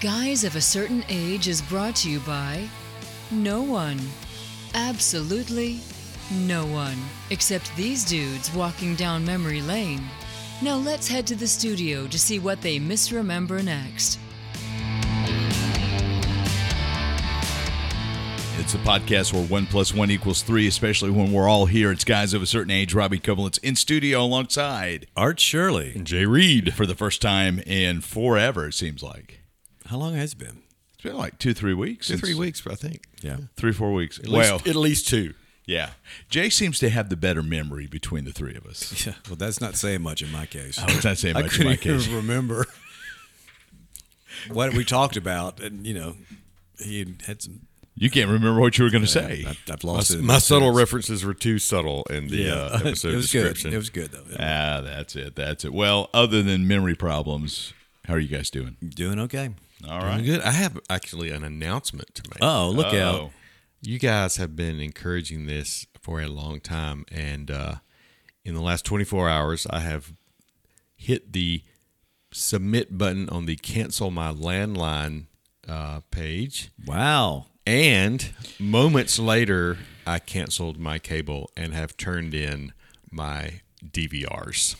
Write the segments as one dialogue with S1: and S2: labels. S1: Guys of a Certain Age is brought to you by no one. Absolutely no one. Except these dudes walking down memory lane. Now let's head to the studio to see what they misremember next.
S2: It's a podcast where one plus one equals three, especially when we're all here. It's guys of a certain age. Robbie Covalent's in studio alongside
S3: Art Shirley.
S2: Jay Reed for the first time in forever. It seems like
S3: How long has it been?
S2: it's been like two, three weeks.
S4: Two,
S2: since-
S4: three weeks, I think.
S3: Yeah.
S2: three, four weeks.
S4: At
S2: well,
S4: least, at least two.
S2: yeah. Jay seems to have the better memory between the three of us.
S3: Yeah. Well, that's not saying much in my case.
S2: I was not saying
S3: I
S2: much in
S3: couldn't
S2: my case.
S3: even remember what we talked about, and you know, he had had some.
S2: You can't remember what you were going to say.
S3: I, I've
S4: My,
S3: lost it.
S4: my subtle references were too subtle in the uh, episode
S3: it was good.
S4: description.
S3: It was good though.
S2: Ah, that's it. That's it. Well, other than memory problems, how are you guys doing?
S3: Doing okay.
S2: All
S4: Doing
S2: right.
S4: good. I have actually an announcement to make.
S3: Oh, look out!
S2: Uh-oh.
S4: You guys have been encouraging this for a long time, and uh, in the last 24 hours, I have hit the submit button on the cancel my landline uh, page,
S3: Wow.
S4: and moments later, I canceled my cable and have turned in my DVRs.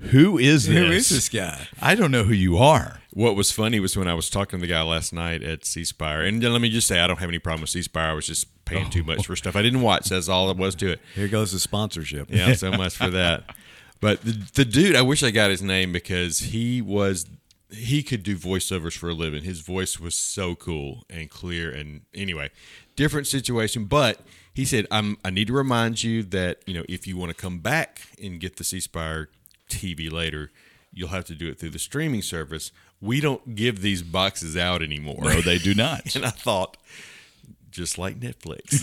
S2: Who is this?
S3: Who is this guy?
S2: I don't know who you are.
S4: What was funny was when I was talking to the guy last night at C Spire, and let me just say I don't have any problem with C Spire. I was just paying too much for stuff I didn't watch. That's all it was to it.
S3: Here goes the sponsorship.
S4: Yeah, so much for that. But the, the dude, I wish I got his name because he was he could do voiceovers for a living. His voice was so cool and clear. And anyway, different situation, but he said, "I'm I need to remind you that you know if you want to come back and get the C Spire TV later." You'll have to do it through the streaming service. We don't give these boxes out anymore.
S2: No, they do not.
S4: And I thought, just like Netflix.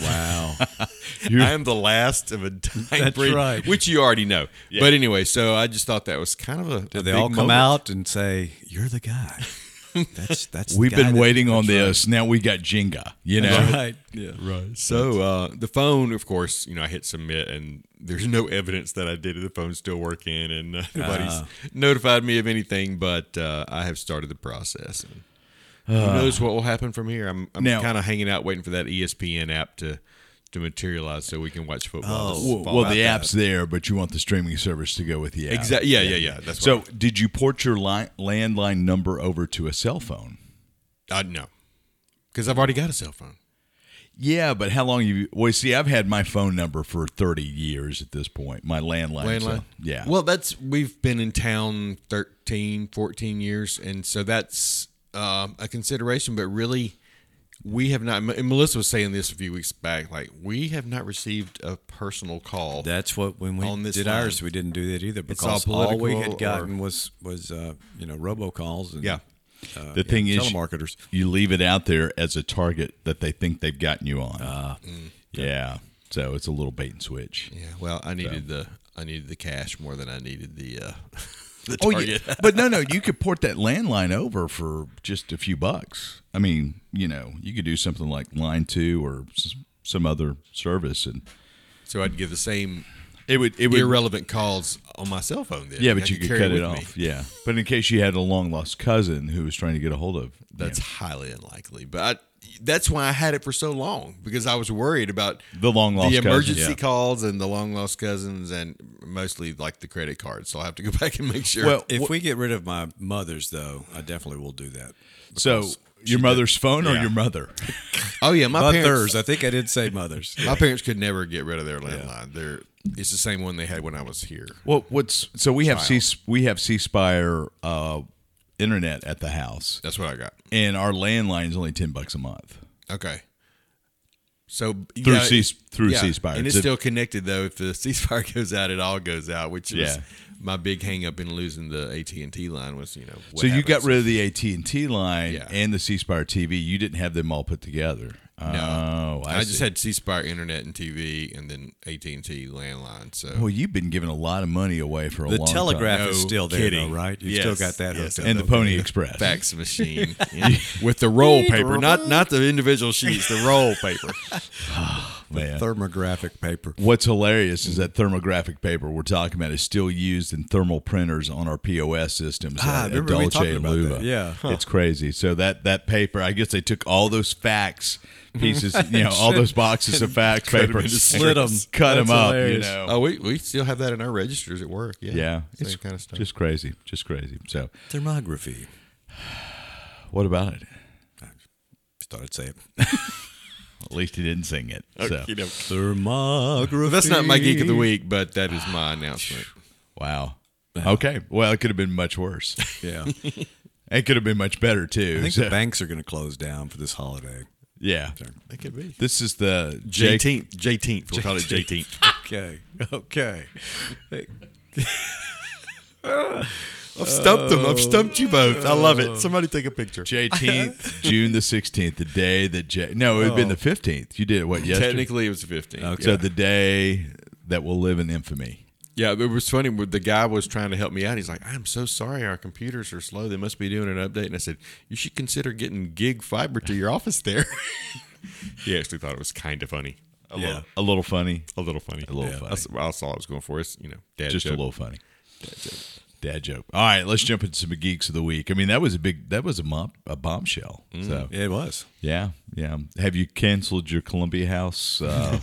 S3: Wow.
S4: I am the last of a dying
S3: That's
S4: breed,
S3: right.
S4: which you already know. But anyway, so I just thought that was kind of a.
S3: Did they all come out and say you're the guy? That's that's. the
S2: We've
S3: guy
S2: been
S3: that-
S2: waiting on
S3: That's
S2: this. Now we got Jenga. You know,
S3: Right. Right. Yeah.
S4: So uh, the phone, of course, you know, I hit submit, and there's no evidence that I did it. The phone's still working, and uh, nobody's
S3: Ah.
S4: notified me of anything. But uh, I have started the process. And
S3: Ah.
S4: who knows what will happen from here? I'm, I'm
S2: Now-
S4: kind of hanging out, waiting for that E ESPN app to to materialize, so we can watch
S3: Oh,
S4: football. this
S2: Well,
S4: fall.
S2: well, the app's there, but you want the streaming service to go with the app.
S4: Exact- yeah, yeah, yeah, that's
S2: so, did you port your li- landline number over to a cell phone?
S4: I know because Uh, I've already got a cell phone.
S2: Yeah, but how long you? Well, see, I've had my phone number for thirty years at this point. My landline. so-
S4: Landline?
S2: yeah.
S4: Well, that's we've been in town 13, 14 years, and so that's um, a consideration. But really, we have not. And Melissa was saying this a few weeks back. Like we have not received a personal call.
S3: That's what when we
S4: On this
S3: did
S4: line.
S3: ours, we didn't do that either
S4: It's all
S3: because all, we
S4: political
S3: had
S4: or-
S3: gotten was was uh, you know robocalls and
S4: yeah.
S2: the thing is,
S3: telemarketers.
S2: you leave it out there as a target that they think they've gotten you on. Mm. yeah. So it's a little bait and switch.
S4: Yeah. Well, I needed the I needed the cash more than I needed the uh, the
S2: Oh
S4: target.
S2: yeah, but no, no, you could port that landline over for just a few bucks. I mean, you know, you could do something like Line Two or s- some other service, and
S4: So I'd give the same
S2: it would, it
S4: irrelevant calls on my cell phone. Then
S2: yeah,
S4: I
S2: but you could
S4: carry
S2: cut it
S4: with me.
S2: off. Yeah, but in case you had a long lost cousin who was trying to get a hold of,
S4: That's
S2: you
S4: highly unlikely, but I, that's why I had it for so long because I was worried about
S2: The long lost
S4: the
S2: cousin,
S4: emergency
S2: yeah.
S4: calls and the long lost cousins, and mostly like the credit cards. So I will have to go back and make sure.
S2: Well,
S3: If we get rid of my mother's, though, I definitely will do that.
S2: know. so your mother's phone or your mother?
S4: oh yeah, my
S3: Mothers,
S4: parents,
S3: I think I did say mothers.
S4: my parents could never get rid of their landline. They're it's the same one they had when I was here.
S2: Well, what's so we have C we have C Spire uh, internet at the house,
S4: That's what I got.
S2: and our landline is only ten bucks a month
S4: Okay. So
S2: through
S4: yeah,
S2: C through
S4: yeah,
S2: C Spire.
S4: and it's
S2: So-
S4: still connected though. If the ceasefire goes out, it all goes out, which is
S2: Yeah.
S4: my big hang up in losing the AT and T line was you know. what
S2: so you got
S4: happens.
S2: rid of the AT and T line
S4: Yeah.
S2: and the C Spire TV. You didn't have them all put together. Oh,
S4: No.
S2: I,
S4: I, just
S2: see.
S4: had C Spire internet and TV, and then AT and T landline. So
S2: Well, you've been giving a lot of money away for a
S3: The
S2: long
S3: Telegraph
S2: time.
S3: is
S4: No
S3: still there,
S4: kidding.
S3: though, right? You still
S4: Yes,
S3: got that
S4: yes,
S3: hooked up.
S2: and the Pony Express.
S4: fax machine yeah. with the roll paper, not not the individual sheets, the roll paper.
S2: man.
S3: Thermographic paper.
S2: What's hilarious is that thermographic paper we're talking about is still used in thermal printers on our POS systems
S3: Ah,
S2: at,
S3: I
S2: at
S3: remember we
S2: Dolce
S3: talking
S2: and
S3: about
S2: Luva.
S3: that. Yeah.
S2: it's crazy. So that that paper, I guess they took all those facts pieces, you know, all those boxes of facts paper,
S4: into
S2: slit them,
S4: strips.
S2: cut
S5: That's
S2: them up, you
S5: hilarious.
S2: know.
S4: Oh, we, we still have that in our registers at work. Yeah,
S2: yeah,
S4: same
S2: it's
S4: kind of stuff.
S2: Just crazy, just crazy. So,
S3: Thermography.
S2: what about it?
S3: Just thought I'd say it.
S2: At least he didn't sing it. So,
S3: Thermography.
S4: That's not my geek of the week, but that is my announcement.
S2: wow. Okay. Well, it could have been much worse.
S3: Yeah. I
S2: It could have been much better too.
S3: think
S2: So-
S3: the banks are going to close down for this holiday.
S2: yeah.
S4: It could be
S2: This is the Jake-
S4: J-teenth. J-teenth. We'll call it J-teenth.
S3: Okay. Okay.
S4: I've stumped them. I've stumped you both. I love it. Somebody take a picture.
S2: J-teenth, June the 16th, the day that J. No, it would have been the 15th. You did it, what, yesterday?
S4: Oh. Technically, it was the 15th.
S2: So the day that will live in infamy.
S4: Yeah, it was funny. when The guy was trying to help me out. He's like, "I'm so sorry, our computers are slow. They must be doing an update." And I said, "You should consider getting gig fiber to your office there." he actually thought it was kind of funny. A little,
S2: A little funny.
S4: a little funny. A
S2: little funny.
S4: That's, that's all I was going for. Is you know, dad
S2: Just a
S4: joke.
S2: little funny. Dad joke. Dad joke. All right, let's jump into some geeks of the week. I mean, that was a big, that was a, mom, a bombshell.
S4: Mm.
S2: So,
S3: It was.
S2: yeah, yeah. Have you canceled your Columbia House, uh,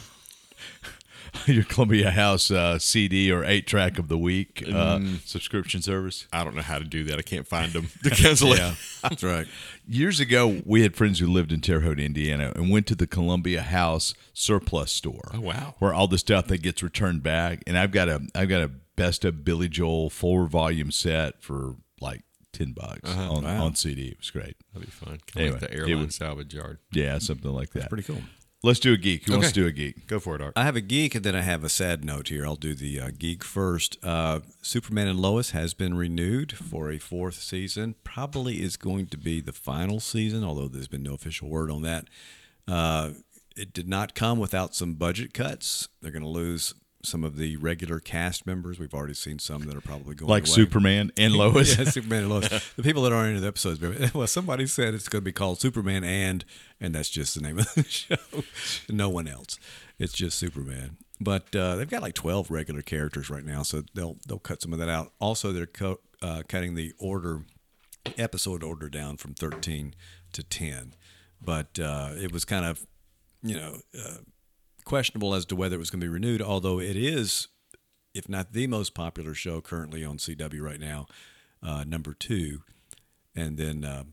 S2: your Columbia House uh, CD or eight track of the week uh,
S4: Mm.
S2: subscription service?
S4: I don't know how to do that. I can't find them to cancel it.
S3: That's right.
S2: Years ago, we had friends who lived in Terre Haute, Indiana, and went to the Columbia House surplus store.
S4: Oh, wow.
S2: Where all the stuff that gets returned back, and I've got a I've got a best of Billy Joel four volume set for like ten bucks on, on CD. It was great.
S4: That'd be fun. Kind
S2: Anyway,
S4: of
S2: it
S4: like the airline
S2: was-
S4: salvage yard.
S2: Yeah, something like that.
S3: Pretty cool.
S2: Let's do a geek. Who wants
S4: Okay.
S2: to do a geek?
S4: Go for it, Art.
S3: I have a geek and then I have a sad note here. I'll do the uh, geek first. Uh, Superman and Lois has been renewed for a fourth season. Probably is going to be the final season, although there's been no official word on that. Uh, it did not come without some budget cuts. They're going to lose some of the regular cast members. We've already seen some that are probably going
S2: Like
S3: away.
S2: Superman and Lois.
S3: Yeah, Superman and Lois. The people that aren't in the episodes, but- well, somebody said it's going to be called Superman and, and that's just the name of the show. No one else. It's just Superman. But uh, they've got like twelve regular characters right now, so they'll they'll cut some of that out. Also, they're co- uh, cutting the order episode order down from thirteen to ten. But uh, it was kind of you know uh, questionable as to whether it was going to be renewed. Although it is if not the most popular show currently on CW right now, uh, number two, and then, um,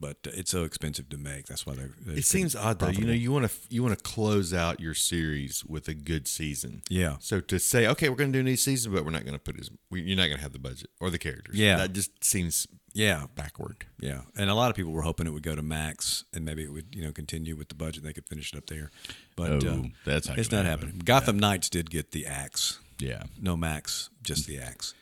S3: but it's so expensive to make. That's why they. they
S4: It seems uh, odd though. You know, you want to you want to close out your series with a good season.
S3: Yeah.
S4: So to say, okay, we're going to do a new season, but we're not going to put as we, you're not going to have the budget or the characters.
S3: Yeah.
S4: That just seems
S3: yeah,
S4: backward.
S3: yeah, and a lot of people were hoping it would go to Max, and maybe it would you know continue with the budget. They could finish it up there, but
S2: Oh,
S3: uh,
S2: that's not
S3: it's
S2: gonna
S3: not
S2: happen.
S3: happening. Gotham Knights did get the axe.
S2: yeah.
S3: No Max, just the axe.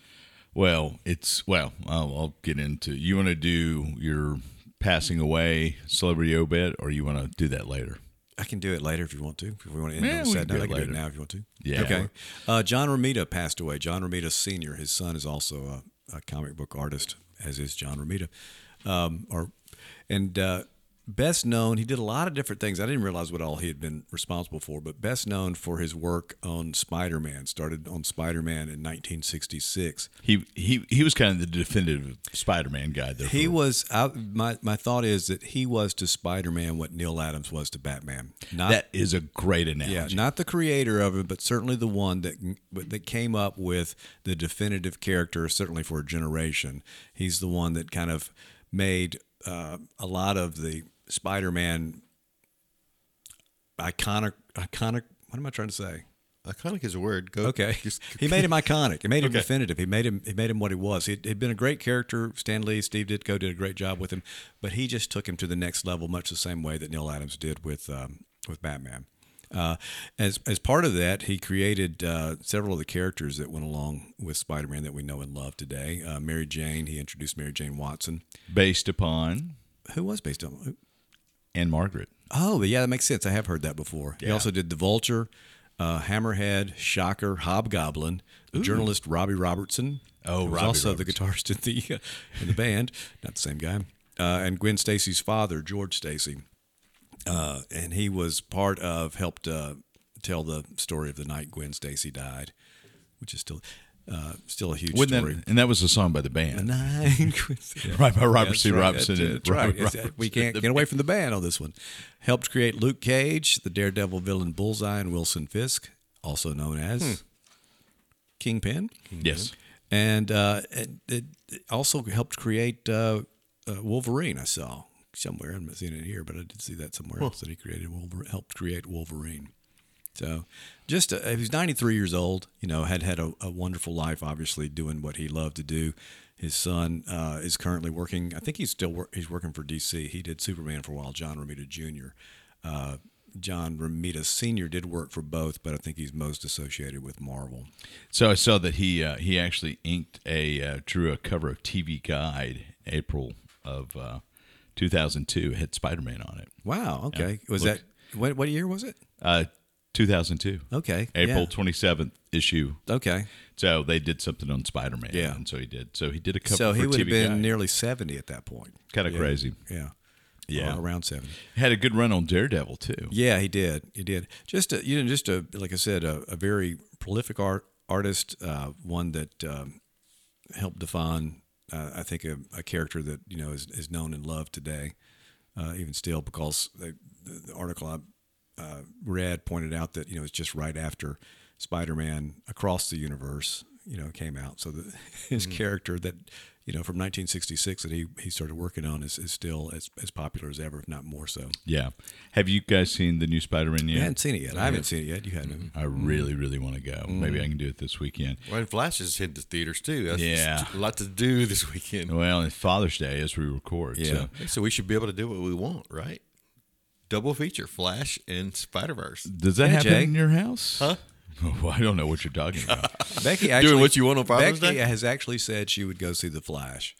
S2: Well, it's well. I'll, I'll get into. You want to do your passing away celebrity obit, or you want to do that later?
S3: I can do it later if you want to. If we want to end
S2: Yeah,
S3: on
S2: we
S3: a sad
S2: can do
S3: note, I
S2: it
S3: can do
S2: later.
S3: it now if you want to.
S2: Yeah.
S3: Okay. Uh, John Romita passed away. John Romita Sr., his son is also a, a comic book artist, as is John Romita. Um, or, and uh, best known, he did a lot of different things. I didn't realize what all he had been responsible for, but best known for his work on Spider Man. Started on Spider Man in 1966.
S2: He he he was kind of the definitive Spider-Man guy. There,
S3: He
S2: for-
S3: was, I, my, my thought is that he was to Spider Man what Neil Adams was to Batman. Not
S2: That is a great analogy.
S3: Yeah, not the creator of it, but certainly the one that that came up with the definitive character, certainly for a generation. He's the one that kind of made uh, a lot of the Spider-Man iconic, iconic. What am I trying to say?
S4: Iconic is a word. Go.
S3: Okay,
S4: Just,
S3: he made him iconic. He made him definitive. He made him. He made him what he was. He had been a great character. Stan Lee, Steve Ditko did a great job with him, but he just took him to the next level, much the same way that Neil Adams did with um, with Batman. Uh, as as part of that, he created uh, several of the characters that went along with Spider-Man that we know and love today. Uh, Mary Jane. He introduced Mary Jane Watson,
S2: based upon
S3: who was based on.
S2: Anne Margaret.
S3: Oh, yeah, that makes sense. I have heard that before. He also did The Vulture, uh, Hammerhead, Shocker, Hobgoblin, the journalist Robbie Robertson.
S2: Oh,
S3: who was
S2: Robbie
S3: also the guitarist in the in the band, not the same guy, uh, and Gwen Stacy's father, George Stacy. uh, and he was part of helped uh, tell the story of the night Gwen Stacy died, which is still uh, still a huge
S2: Wouldn't
S3: story.
S2: that, and that was a song by the band.
S3: Nine Gwen Stacy.
S2: Right by Robert
S3: That's
S2: C.
S3: right.
S2: Robinson.
S3: That's,
S2: and
S3: that's right.
S2: Robert
S3: It's- uh, we
S2: Robinson.
S3: can't get away from the band on this one. Helped create Luke Cage, the daredevil villain Bullseye, and Wilson Fisk, also known as
S2: Hmm.
S3: Kingpin,
S2: Yes.
S3: and uh, it, it also helped create uh, uh, Wolverine. I saw somewhere. I'm not seeing it here, but I did see that somewhere else that he created Wolverine, helped create Wolverine. So, just uh, he was 93 years old. You know, had had a, a wonderful life, obviously doing what he loved to do. His son uh, is currently working. I think he's still wor- he's working for DC. He did Superman for a while. John Romita Jr. Uh, John Romita Sr. did work for both, but I think he's most associated with Marvel.
S2: So I saw that he uh, he actually inked a uh, drew a cover of TV Guide April of uh, 2002. It had Spider Man on it.
S3: Wow. Okay. was
S2: look-
S3: that what? What year was it?
S2: Uh, 2002.
S3: Okay.
S2: April
S3: yeah.
S2: 27th issue.
S3: Okay.
S2: So they did something on Spider Man.
S3: Yeah.
S2: And so he did. So he did a cover.
S3: So he
S2: for
S3: would have
S2: TV
S3: been
S2: Guide.
S3: nearly 70 at that point.
S2: kind of
S3: Yeah.
S2: crazy.
S3: Yeah.
S2: Yeah.
S3: Or around 70.
S2: Had a good run on Daredevil too.
S3: Yeah, he did. He did. Just a, you know, just a like I said, a, a very prolific art artist, uh, one that um, helped define, uh, I think, a, a character that you know is, is known and loved today, uh, even still, because they, the, the article I uh, read pointed out that you know it's just right after Spider-Man Across the Universe, you know, came out. So the, his character that you know from 1966 that he he started working on is, is still as as popular as ever, if not more so.
S2: Yeah. Have you guys seen the new Spider Man
S3: I
S2: yet?
S3: hadn't seen it yet. I haven't seen it yet. You haven't.
S2: I really,
S3: Mm.
S2: really want to go. Maybe I can do it this weekend.
S4: Well, and Flash is hitting the theaters too. That's
S2: Yeah.
S4: just a lot to do this weekend.
S2: Well, it's Father's Day as we record.
S3: Yeah.
S2: So
S4: So we should be able to do what we want, right? Double feature, Flash and Spider Verse.
S2: does that
S3: Hey,
S2: happen
S3: Jay.
S2: in your house? Huh? Well, I don't know what you're talking about.
S3: Becky actually,
S4: what you want on Father's
S3: Becky
S4: Day?
S3: has actually said she would go see The Flash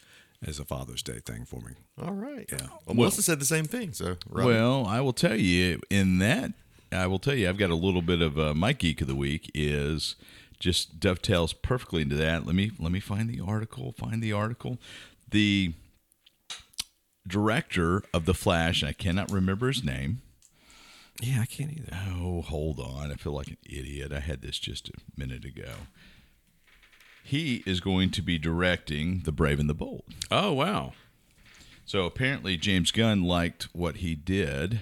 S3: as a Father's Day thing for me.
S4: All right. Yeah. Well,
S2: Well-
S4: Melissa said the same thing. So right.
S2: Well, I will tell you in that I will tell you I've got a little bit of uh, my geek of the week is just dovetails perfectly into that. Let me let me find the article. Find the article. The director of the Flash, and I cannot remember his name.
S3: Yeah, I can't either.
S2: Oh, hold on. I feel like an idiot. I had this just a minute ago. He is going to be directing The Brave and the Bold.
S3: Oh wow.
S2: So apparently, James Gunn liked what he did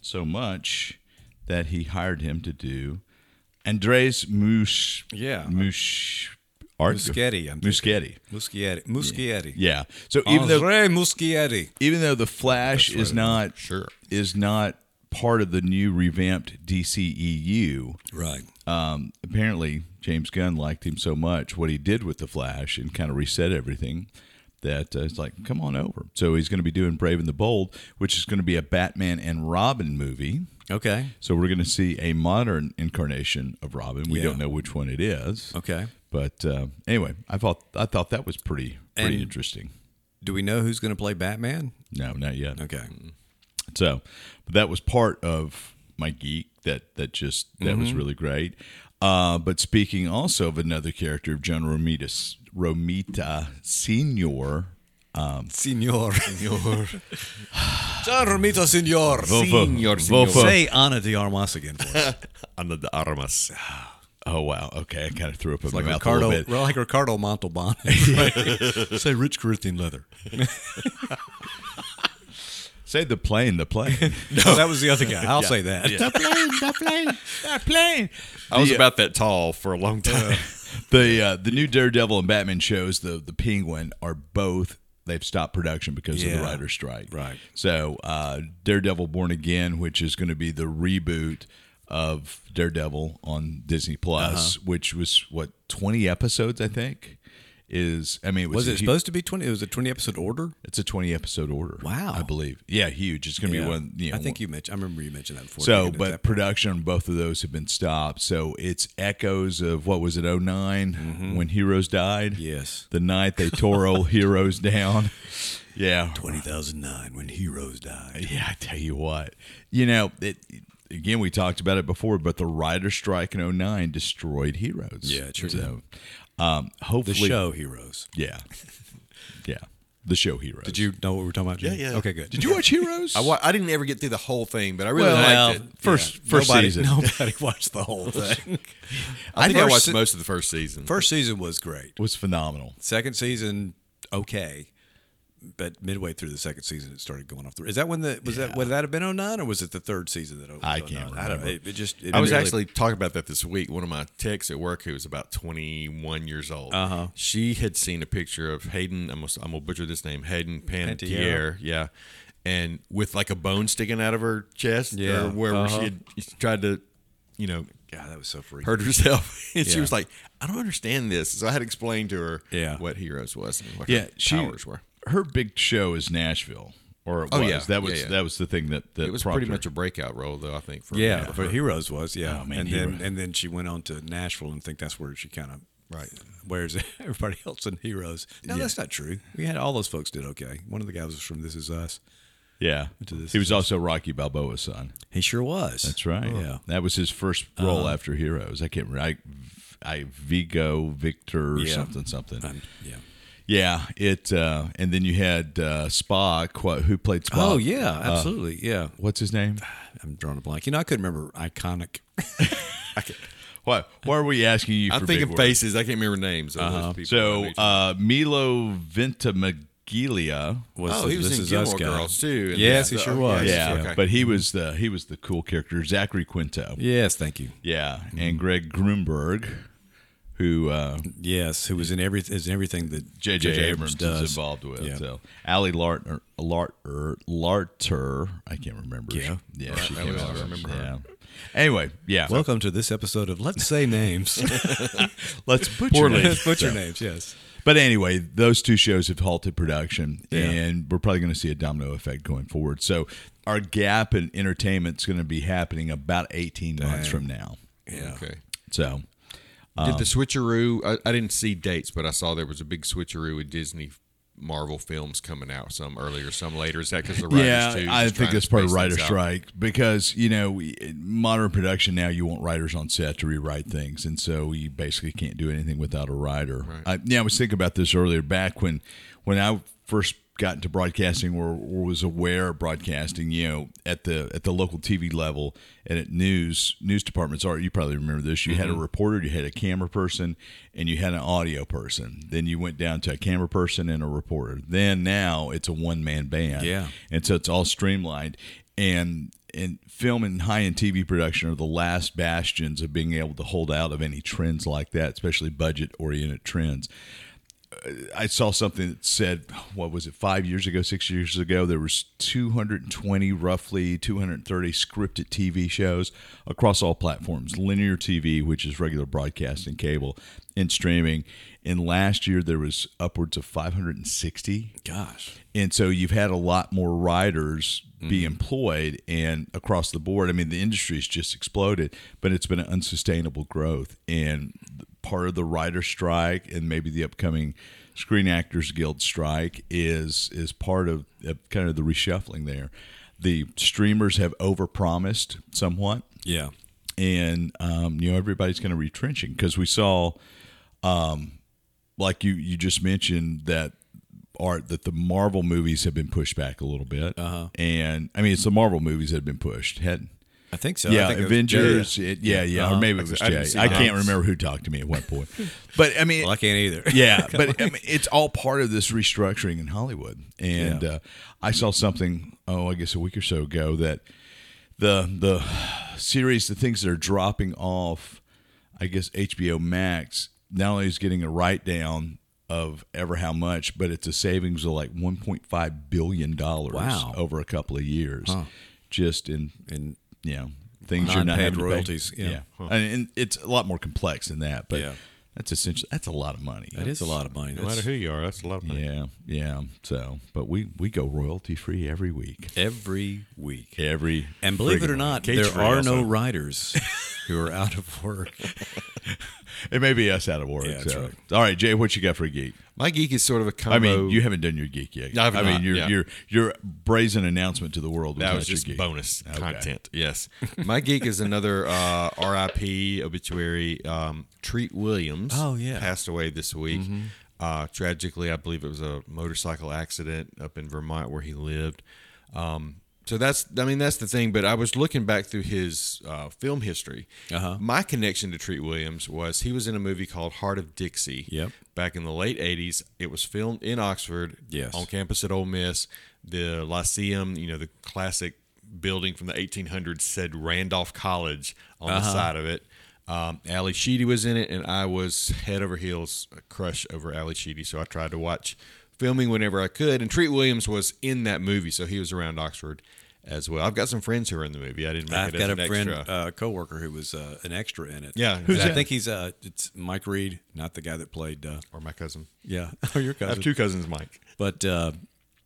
S2: so much that he hired him to do Andres Musch.
S3: Yeah.
S2: Musch. Art-
S3: Muschietti, I'm thinking.
S2: Muschietti.
S3: Muschietti. Muschietti.
S2: Yeah. So even though
S3: Andre Muschietti.
S2: even though the Flash is not
S4: Sure.
S2: is not part of the new revamped E DCEU,
S3: Right.
S2: um, apparently James Gunn liked him so much what he did with the Flash and kind of reset everything that uh, it's like come on over. So he's going to be doing Brave and the Bold, which is going to be a Batman and Robin movie.
S3: Okay.
S2: So we're going to see a modern incarnation of Robin. We
S3: Yeah.
S2: don't know which one it is.
S3: Okay.
S2: But uh, anyway, I thought I thought that was pretty pretty
S3: And-
S2: interesting.
S3: Do we know who's going to play Batman?
S2: No, not yet.
S3: Okay.
S2: So, but that was part of my geek that that just that was
S3: Mm-hmm.
S2: really great. Uh, but speaking also of another character of John Romita Romita Senior,
S3: Senor. Senor. John Romito, senor.
S4: Senor, senor.
S2: Vofo.
S3: Say Ana de Armas again for us.
S4: Under the Armas.
S2: Oh wow, okay, I kind of threw up in my
S3: like
S2: mouth a
S3: Ricardo,
S2: little bit.
S3: well, like Ricardo Montalban. Say rich Corinthian leather.
S2: Say the plane, the plane,
S3: No, that was the other guy. I'll say that.
S2: the plane, the plane, the plane.
S4: I was
S2: The, uh,
S4: about that tall for a long time.
S2: the uh, the new Daredevil and Batman shows, the the Penguin, are both they've stopped production because of
S3: Yeah.
S2: the writer's strike.
S3: Right.
S2: So uh, Daredevil Born Again, which is going to be the reboot of Daredevil on Disney
S3: Uh-huh.
S2: Plus, which was what twenty episodes, I think. Is I mean, it was,
S3: Was
S2: a
S3: it
S2: hu-
S3: supposed to be 20? It was a 20 episode order?
S2: It's a twenty episode order.
S3: Wow.
S2: I believe. Yeah, huge. It's going to be one. You know,
S3: I think you mentioned, I remember you mentioned that before.
S2: so,
S3: Taking it
S2: but
S3: that-
S2: production on both of those have been stopped. So it's echoes of what was it, 9
S3: Mm-hmm.
S2: when Heroes died?
S3: Yes.
S2: The night they tore old Heroes down. Yeah.
S3: 2009 when heroes died.
S2: Yeah, I tell you what. You know, it, again, we talked about it before, but the writer strike in 09 destroyed Heroes.
S3: Yeah, it sure
S2: So, um,
S3: The
S2: hopefully.
S3: show Heroes.
S2: Yeah. Yeah. the show Heroes.
S3: Did you know what we were talking about? Jimmy?
S4: Yeah, yeah.
S3: Okay, good.
S2: Did you watch Heroes?
S4: I, wa- I didn't ever get through the whole thing, but I really
S2: Well,
S4: liked it.
S2: first first
S3: nobody,
S2: season.
S3: Nobody watched the whole thing.
S4: I think I
S3: first
S4: watched
S3: se-
S4: most of the first season.
S3: First season was great.
S2: was phenomenal.
S3: Second season, okay. But midway through the second season, it started going off the. Is that when the was that would that have been 09 or was it the third season that?
S2: I
S3: 09?
S2: can't
S3: I don't know.
S2: remember.
S3: It, it just. It
S4: I was
S3: really-
S4: actually talking about that this week. One of my techs at work, who was about 21 years old, uh-huh. she had seen a picture of Hayden. I'm gonna, I'm gonna butcher this name, Hayden Panettiere. Yeah, and with like a bone sticking out of her chest,
S3: Yeah.
S4: or where she had tried to, you know,
S3: God, that was so freaky.
S4: hurt herself. and she
S3: Yeah.
S4: was like, "I don't understand this." So I had to explain to her
S3: Yeah.
S4: what heroes was and what
S2: Yeah,
S4: her
S2: she,
S4: powers were.
S2: Her big show is Nashville, or it
S4: Oh,
S2: was.
S4: yeah.
S2: That was
S4: Yeah, yeah.
S2: that was the thing that that
S4: It was
S2: prompted
S4: pretty much
S2: her.
S4: a breakout role, though. I think for
S3: Yeah,
S4: for
S3: but
S4: her.
S3: Heroes was yeah,
S2: Oh, man,
S3: and
S2: Hero.
S3: then and then she went on to Nashville and think that's where she kind of
S4: Right.
S3: Whereas everybody else in Heroes, no, that's not true. We had all those folks did okay. One of the guys was from This Is Us.
S2: yeah.
S3: this-
S2: He was also Rocky Balboa's son.
S3: He sure was.
S2: That's right.
S3: Yeah.
S2: that was his first role
S3: Uh-huh.
S2: after Heroes. I can't remember. I, I Vigo Victor or
S3: Yeah.
S2: something something.
S3: Um, yeah.
S2: yeah, it. Uh, and then you had uh, Spock, wha- who played Spock.
S3: Oh yeah, absolutely. yeah.
S2: What's his name?
S3: I'm drawing a blank. You know, I couldn't remember iconic.
S2: Why? Why are we asking you?
S4: I'm
S2: for
S4: thinking
S2: big words?
S4: faces. I can't remember names. of those people.
S2: Uh-huh. So uh, Milo Ventimiglia.
S3: Was
S4: Oh,
S3: the
S4: he was
S3: This
S4: in
S3: Is
S4: Gilmore
S3: Us guy.
S4: Girls too. and
S3: Yes,
S4: the-
S3: he sure
S4: oh,
S3: was.
S2: Yeah,
S4: okay.
S2: but he was the he was the cool character, Zachary Quinto. Yeah,
S3: Yes, thank you.
S2: and Greg Grunberg, who uh,
S3: Yes, who was in every is in everything that
S2: J.J. Abrams
S3: does.
S2: is involved with.
S3: Yeah.
S2: So Ali Larter, Larter, Larter, I can't remember.
S3: Yeah.
S2: yeah, she
S4: I
S2: came
S4: always
S2: out.
S4: remember
S2: Yeah. Anyway, yeah.
S3: Welcome to this episode of Let's Say Names.
S2: let's butcher
S3: Let's
S2: it.
S3: put your
S2: So-
S3: names. Yes.
S2: But anyway, those two shows have halted production, and we're probably going to see a domino effect going forward. So our gap in entertainment's going to be happening about eighteen months from now.
S3: Yeah.
S4: Okay.
S2: So Um,
S4: Did the switcheroo? I, I didn't see dates, but I saw there was a big switcheroo with Disney, Marvel films coming out some earlier, some later. Is that because the writers
S2: yeah,
S4: too?
S2: I think
S4: just trying to
S2: that's part of
S4: space
S2: writer
S4: things out?
S2: strike because you know we, in modern production now you want writers on set to rewrite things, and so you basically can't do anything without a writer. I, yeah, I was thinking about this earlier back when when I first got into broadcasting or, or was aware of broadcasting. You know, at the at the local TV level and at news news departments are you probably remember this. You had a reporter, you had a camera person, and you had an audio person. Then you went down to a camera person and a reporter. Then now it's a one man band
S3: Yeah.
S2: and so it's all streamlined and and film and high-end tv production are the last bastions of being able to hold out of any trends like that especially budget oriented trends Uh, i saw something that said what was it five years ago six years ago there was 220 roughly 230 scripted tv shows across all platforms linear tv which is regular broadcast and cable and streaming and last year there was upwards of 560
S3: Gosh.
S2: and so you've had a lot more riders be employed and across the board. I mean, the industry's just exploded, but it's been an unsustainable growth. And th- part of the rider strike and maybe the upcoming Screen Actors Guild strike is is part of, of kind of the reshuffling there. The streamers have overpromised somewhat
S3: Yeah.
S2: and um, you know everybody's kind of retrenching because we saw, um, like you you just mentioned that art that the Marvel movies have been pushed back a little bit, uh-huh. and I mean it's the Marvel movies that have been pushed. Had
S3: I think so. Oh, I
S2: yeah,
S3: think it was- Uh-huh.
S2: Avengers, it- yeah, yeah, or maybe it was
S3: I didn't
S2: Jay.
S3: see
S2: I,
S3: that.
S2: can't remember who talked to me at what point, but I mean
S3: Well, I can't either.
S2: yeah, but I mean, it's all part of this restructuring in Hollywood. And
S3: Yeah.
S2: uh, I saw something, oh, I guess a week or so ago, that the the series, the things that are dropping off, I guess HBO Max not only is getting a write down of ever how much, but it's a savings of like 1.5 billion dollars
S3: Wow.
S2: over a couple of years, just in
S3: And
S2: you know things you're not
S3: Non-paid
S2: having to pay.
S3: royalties, yeah.
S2: and, and it's a lot more complex than that, but.
S3: Yeah.
S2: That's essentially that's a lot of money.
S3: that is a lot of money.
S4: No matter
S3: That's-
S4: who you are, that's a lot of money.
S2: Yeah, yeah. So, but we we go royalty free every week.
S3: every week.
S2: Every
S3: And believe it or
S2: friggin'
S3: not,
S2: week.
S3: there
S2: Cage-free
S3: are
S2: also.
S3: no writers who are out of work.
S2: It may be us out of work.
S3: Yeah, that's
S2: so.
S3: right.
S2: All right, Jay, what you got for a geek?
S4: My geek is sort of a combo.
S2: I mean, you haven't done your geek yet.
S4: I have
S2: mean,
S4: not,
S2: your
S4: yeah.
S2: your your brazen announcement to the world was
S4: that
S2: not
S4: was
S2: your
S4: just
S2: geek.
S4: bonus
S2: Okay.
S4: content. Yes, my geek is another uh, R.I.P. obituary. Um, Treat Williams.
S3: Oh, yeah.
S4: passed away this week. Uh, tragically, I believe it was a motorcycle accident up in Vermont where he lived. Um, so that's, I mean, that's the thing. But I was looking back through his uh, film history.
S3: Uh-huh.
S4: My connection to Treat Williams was he was in a movie called Heart of Dixie.
S3: Yep.
S4: Back in the late '80s, it was filmed in Oxford.
S3: Yes.
S4: On campus at Ole Miss, the Lyceum, you know, the classic building from the 1800s said Randolph College on
S3: Uh-huh.
S4: the side of it. Um, Ali Sheedy was in it, and I was head over heels crush over Ali Sheedy. So I tried to watch filming whenever I could, and Treat Williams was in that movie, so he was around Oxford as well. I've got some friends who are in the movie. I didn't make
S3: I've
S4: it as
S3: got
S4: an
S3: a friend,
S4: extra.
S3: uh, coworker who was uh, an extra in it.
S4: Yeah,
S3: And
S4: who's
S3: I
S4: that?
S3: think he's uh, it's Mike Reed, not the guy that played. Uh,
S4: or my cousin.
S3: yeah, or your
S4: I have
S3: cousin.
S4: two cousins, Mike.
S3: But uh,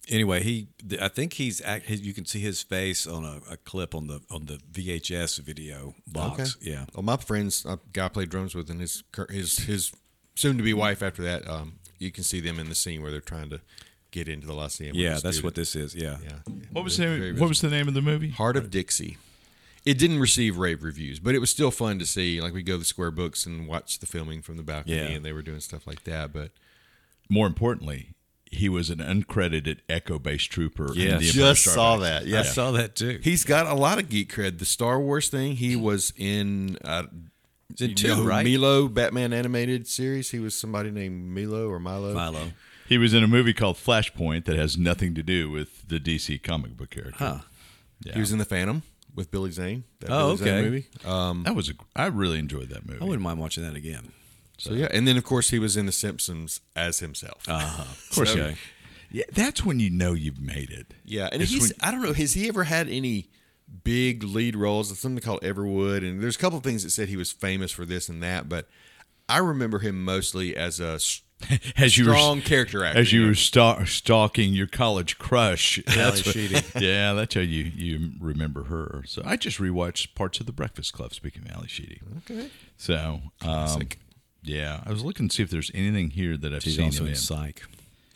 S3: anyway, he th- I think he's act, his, you can see his face on a, a clip on the on the VHS video box. Yeah.
S4: Well, my friends, a guy I played drums with, and his cur- his his soon to be wife. After that, um, you can see them in the scene where they're trying to get into the Lyceum. with
S3: Yeah, that's
S4: the student.
S3: what this is. Yeah.
S4: Yeah.
S2: What was the
S4: Very- very
S2: name, what was the name of the movie?
S4: Heart of Dixie. It didn't receive rave reviews, but it was still fun to see. Like we go to the Square Books and watch the filming from the balcony,
S3: Yeah.
S4: and they were doing stuff like that. But
S2: More importantly, he was an uncredited Echo Base Trooper.
S3: Yes.
S2: in the Empire
S4: just
S2: Strikes
S4: saw
S2: Back.
S4: that.
S3: Uh, I
S4: Yeah.
S3: saw that too.
S4: he's got a lot of geek cred. The Star Wars thing, he was in. Uh,
S3: He's in
S4: you
S3: Mm. two,
S4: know,
S3: right?
S4: Milo Batman animated series. He was somebody named Milo or Milo.
S3: Milo.
S2: He was in a movie called Flashpoint that has nothing to do with the DC comic book character. Yeah.
S4: He was in the Phantom with Billy Zane. That
S3: Oh,
S4: Billy Zane
S3: okay.
S4: movie. Um,
S2: that was a, I really enjoyed that movie.
S3: I wouldn't mind watching that again.
S4: so yeah, and then of course he was in The Simpsons as himself.
S2: Uh, of course,
S3: Okay.
S2: yeah, that's when you know you've made it.
S4: Yeah, and
S2: It's
S4: he's
S2: when-
S4: I don't know, has he ever had any big lead roles? It's something called Everwood, and there's a couple of things that said he was famous for this and that, but I remember him mostly as a s-
S2: as you
S4: strong
S2: were,
S4: character actor.
S2: as you were sta- stalking your college crush.
S3: That's
S2: what-
S3: Sheedy.
S2: yeah, that's how you you remember her. So I just rewatched parts of The Breakfast Club. Speaking of Ali Sheedy, okay. So um, yeah, I was looking to see if there's anything here that I've
S3: She's
S2: seen
S3: also
S2: him
S3: in
S2: in.
S3: Psych.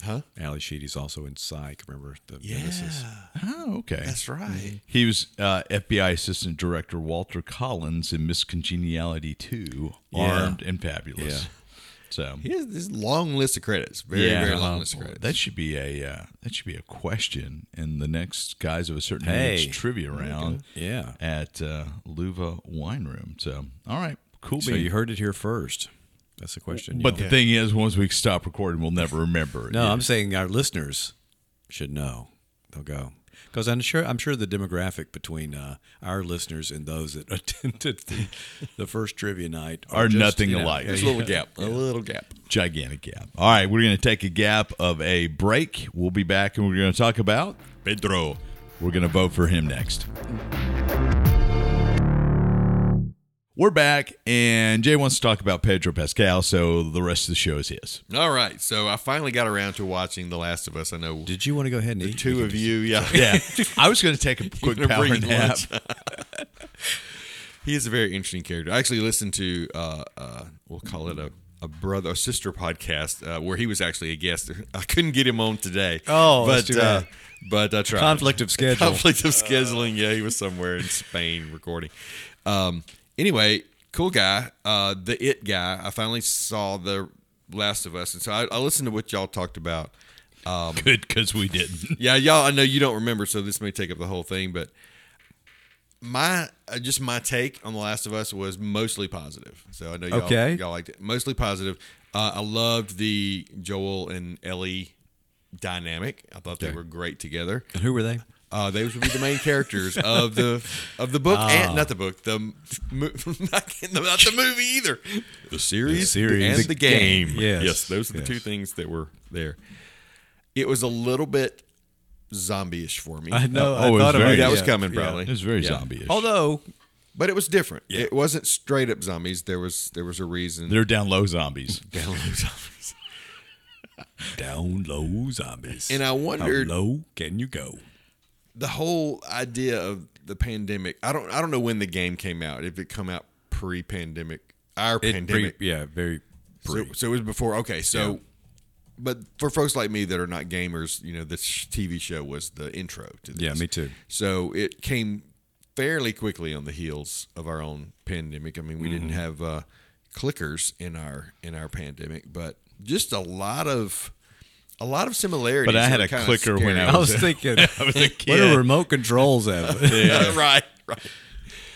S4: huh?
S3: Ali Sheedy's also in Psych. Remember the
S4: Yeah,
S3: Nemesis?
S2: Oh, okay.
S4: that's right.
S2: He was uh, FBI Assistant Director Walter Collins in Miss Congeniality 2,
S3: Yeah.
S2: Armed and Fabulous.
S3: Yeah.
S2: So
S4: He has this long list of credits, very very long
S2: uh,
S4: list of credits.
S2: that should be a uh, that should be a question in the next guys of a certain
S3: Hey.
S2: age trivia round
S3: Yeah.
S2: at uh, Luva Wine Room. So all right, cool.
S3: So
S2: beans.
S3: you heard it here first. That's the question.
S2: but
S3: y'all.
S2: the thing is, once we stop recording, we'll never remember. it.
S3: no, I'm saying our listeners should know. They'll go because I'm sure I'm sure the demographic between uh, our listeners and those that attended the, the first trivia night
S2: Are
S3: just,
S2: nothing
S3: you know,
S2: alike.
S4: There's a little gap, a little gap.
S2: gigantic gap. All right, we're going to take a gap of a break. We'll be back, and we're going to talk about
S4: Pedro.
S2: We're going to vote for him next. We're back, and Jay wants to talk about Pedro Pascal, so the rest of the show is his.
S4: All right, so I finally got around to watching The Last of Us. I know
S3: Did you want to go ahead and eat?
S4: two of you, yeah.
S2: Yeah. I was going to take a quick
S4: You're
S2: power
S4: bringing
S2: nap.
S4: lunch. He is a very interesting character. I actually listened to, uh, uh, we'll call it a, a brother or sister podcast uh, where he was actually a guest. I couldn't get him on today.
S3: Oh, that's
S4: but
S3: too bad.
S4: Uh, but I tried.
S3: Conflict of schedule. Uh.
S4: Conflict of scheduling. Yeah, he was somewhere in Spain recording. Um, anyway, cool guy. Uh, the it guy. I finally saw the Last of Us, and so I, I listened to what y'all talked about.
S2: Good, because we didn't.
S4: Yeah, y'all. I know you don't remember, so this may take up the whole thing. But my uh, just my take on The Last of Us was mostly positive. So I know y'all,
S3: Okay.
S4: y'all liked it. Mostly positive. Uh, I loved the Joel and Ellie dynamic. I thought they were great together.
S3: Who were they?
S4: Uh, they would be the main characters of the of the book and not the book, the mo- not the movie either. The series,
S3: series.
S4: and the,
S3: The
S4: game.
S3: game. Yes.
S4: those are the
S3: Yes.
S4: two things that were there. It was a little bit zombie-ish for me.
S3: I know. I
S2: Oh, it was
S3: thought
S2: very-
S3: about
S4: that
S2: yeah.
S4: was coming probably.
S2: It was very
S4: Yeah.
S2: zombie-ish.
S3: Although
S4: but it was different. It wasn't straight up zombies. There was there was a reason.
S2: They're down low zombies.
S4: Download zombies.
S3: down low zombies.
S4: And I wondered-
S3: how low can you go?
S4: the whole idea of the pandemic. I don't I don't know when the game came out. If it come out pre-pandemic, our pandemic.
S3: yeah, very.
S4: So, so it was before. Okay, so, but for folks like me that are not gamers, you know, this TV show was the intro to this.
S3: Yeah, me too.
S4: So it came fairly quickly on the heels of our
S2: Mm-hmm.
S4: own pandemic. I mean, we didn't have uh, clickers in our in our pandemic, but just a lot of a lot of similarities.
S2: But I had
S4: that
S2: a
S4: were kinda
S2: clicker when
S4: scary. Oh,
S2: I
S3: I was thinking, what are remote controls of?
S4: right, right.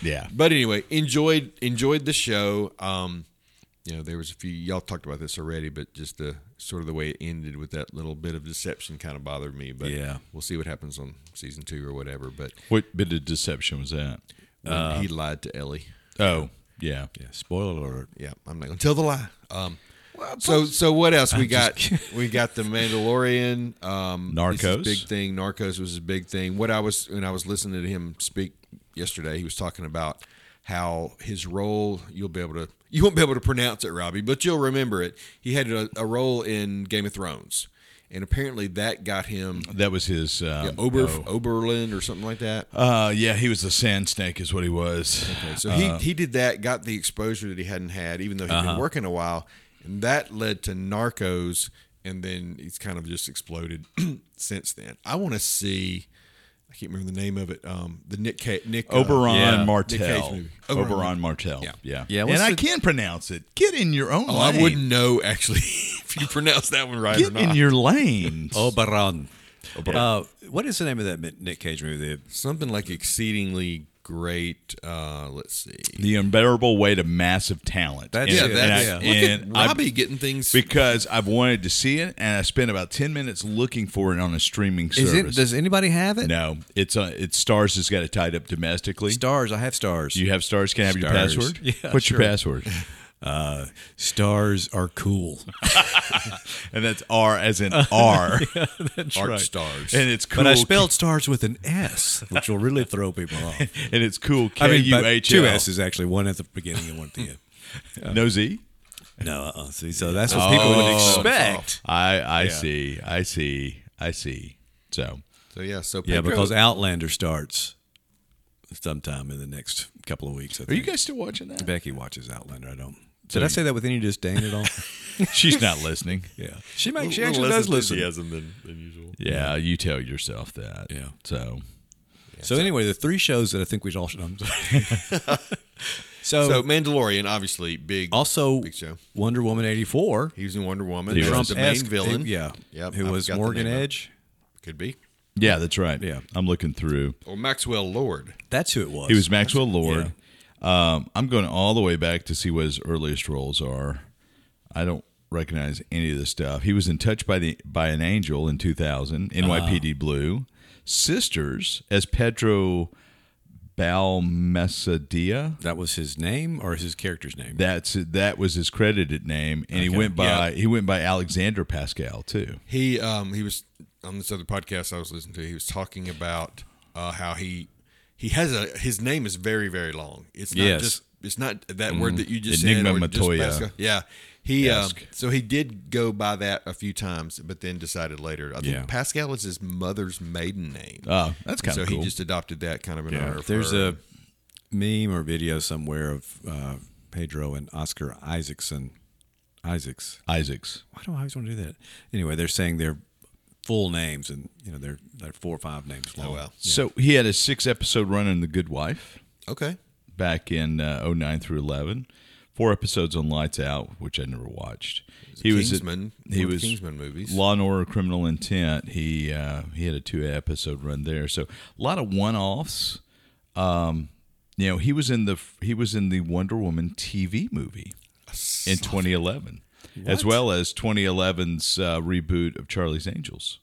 S2: Yeah.
S4: But anyway, enjoyed enjoyed the show. Um, you know, there was a few y'all talked about this already, but just the sort of the way it ended with that little bit of deception kind of bothered me. But
S3: Yeah.
S4: we'll see what happens on season two or whatever. But
S2: What bit of deception was that?
S4: when he lied to Ellie.
S2: Oh, yeah.
S3: yeah, spoiler alert.
S4: Yeah, I'm not gonna tell the lie. Um, so so what else we got? We got the Mandalorian, um, this is
S2: Narcos.
S4: big thing. Narcos was a big thing. What I was when I was listening to him speak yesterday, he was talking about how his role. You'll be able to. You won't be able to pronounce it, Robbie, but you'll remember it. He had a, a role in Game of Thrones, and apparently that got him
S2: That was his. Um,
S4: Ober
S2: oh.
S4: Oberlin or something like that.
S2: Uh, yeah, he was the sand snake, is what he was.
S4: Okay, so
S2: Uh-huh.
S4: he, he did that, got the exposure that he hadn't had, even though he had been working a while, and that led to Narcos, and then he's kind of just exploded since then. I want to see, I can't remember the name of it, um, the Nick Ca- Nick uh,
S2: Oberon
S3: yeah.
S4: Nick Cage
S2: Martell.
S4: movie.
S2: Oberon, Martell.
S4: Yeah.
S2: Yeah. Yeah.
S3: Yeah,
S2: and
S3: what's
S2: I
S3: the-
S2: can pronounce it. Get in your own
S4: Oh,
S2: lane.
S4: I wouldn't know actually if you pronounce that one right or
S2: Get
S4: not.
S2: in your lanes.
S3: Oberon. Uh, what is the name of that Nick Cage movie? The-
S4: Something like exceedingly great. Uh, let's see.
S2: the unbearable weight of massive talent.
S3: That's
S2: And-
S4: Yeah,
S3: it.
S4: that's
S2: and I-
S4: look
S2: and
S4: at
S2: I-
S4: Robbie getting things.
S2: because I've wanted to see it, and I spent about ten minutes looking for it on a streaming
S3: Is
S2: service.
S3: it, does anybody have it?
S2: no, it's uh, it's Stars has got it tied up domestically.
S3: Stars. I have stars.
S2: Do you have Stars? Can I have your
S3: Stars.
S2: password?
S3: Yeah,
S2: What's
S3: sure.
S2: your password?
S3: uh, stars are cool.
S2: And that's R as in R.
S4: art stars.
S2: And it's cool.
S3: But I spelled stars with an S, which will really throw people off.
S2: and it's cool. K
S3: I mean,
S2: U
S3: but
S2: H
S3: two
S2: L.
S3: S's actually, one at the beginning and one at the end.
S2: No Z.
S3: No, uh-uh. see, so that's what people would expect.
S2: I I see. I see. I see. So
S4: so yeah, so
S3: Yeah,
S4: Pedro-
S3: because Outlander starts sometime in the next couple of weeks. I
S2: are
S3: think.
S2: you guys still watching that?
S3: Becky watches Outlander. I don't. Did I say that with any disdain at all?
S2: She's not listening.
S3: yeah, she makes. She
S4: Little
S3: actually
S4: less
S3: does listen.
S4: enthusiasm than, than usual.
S2: Yeah, you tell yourself that.
S3: Yeah.
S2: So
S3: So anyway, the three shows that I think we all should. I'm sorry. so,
S4: So Mandalorian, obviously big.
S3: also
S4: Big show.
S3: Wonder Woman eighty four.
S4: he was in Wonder Woman.
S2: He
S4: He was
S2: was.
S4: the main villain.
S3: eh, Yeah,
S4: Yep,
S3: who
S4: I
S3: was
S4: forgot the
S3: Morgan
S4: name of it.
S3: Edge?
S4: Could be.
S2: yeah, that's right.
S3: Yeah.
S2: I'm looking through.
S4: Or Maxwell Lord.
S3: That's who it was.
S2: He was Maxwell Lord. Um, I'm going all the way back to see what his earliest roles are. I don't recognize any of this stuff. He was in Touched by the by an Angel in 2000, NYPD
S4: Uh-huh.
S2: Blue, Sisters as Pedro Balmesadia.
S3: That was his name or his character's name.
S2: That's that was his credited name, and he went by he went by Alexander Pascal too.
S4: He um he was on this other podcast I was listening to. He was talking about uh, how he he has a his name is very very long. It's not
S3: Yes.
S4: just it's not that word that you just
S2: Enigma
S4: said. or just
S2: Matoya.
S4: Pascal. yeah. He um,
S2: Esque.
S4: so he did go by that a few times, but then decided later. I think
S3: Yeah.
S4: Pascal is his mother's maiden name.
S2: Oh, that's kind
S4: so
S2: of cool.
S4: he just adopted that kind of an honor. for
S3: There's
S4: her.
S3: a meme or video somewhere of uh, Pedro and Oscar Isaacson. Isaacs.
S2: Isaacs.
S3: Why do I always want to do that? Anyway, they're saying their full names, and you know they're they're four or five names long.
S4: oh well
S2: So he had a six episode run in The Good Wife.
S4: okay
S2: back in uh, 09 through 11. Four episodes on Lights Out, which I never watched. He was at-
S4: Kingsman,
S2: he
S4: one of
S2: was
S4: the Kingsman movies.
S2: Law and Order: Criminal Intent. He uh, he had a two episode run there. So a lot of one offs. Um, you know, he was in the he was in the Wonder Woman TV movie in 2011, as well as 2011's uh, reboot of Charlie's Angels.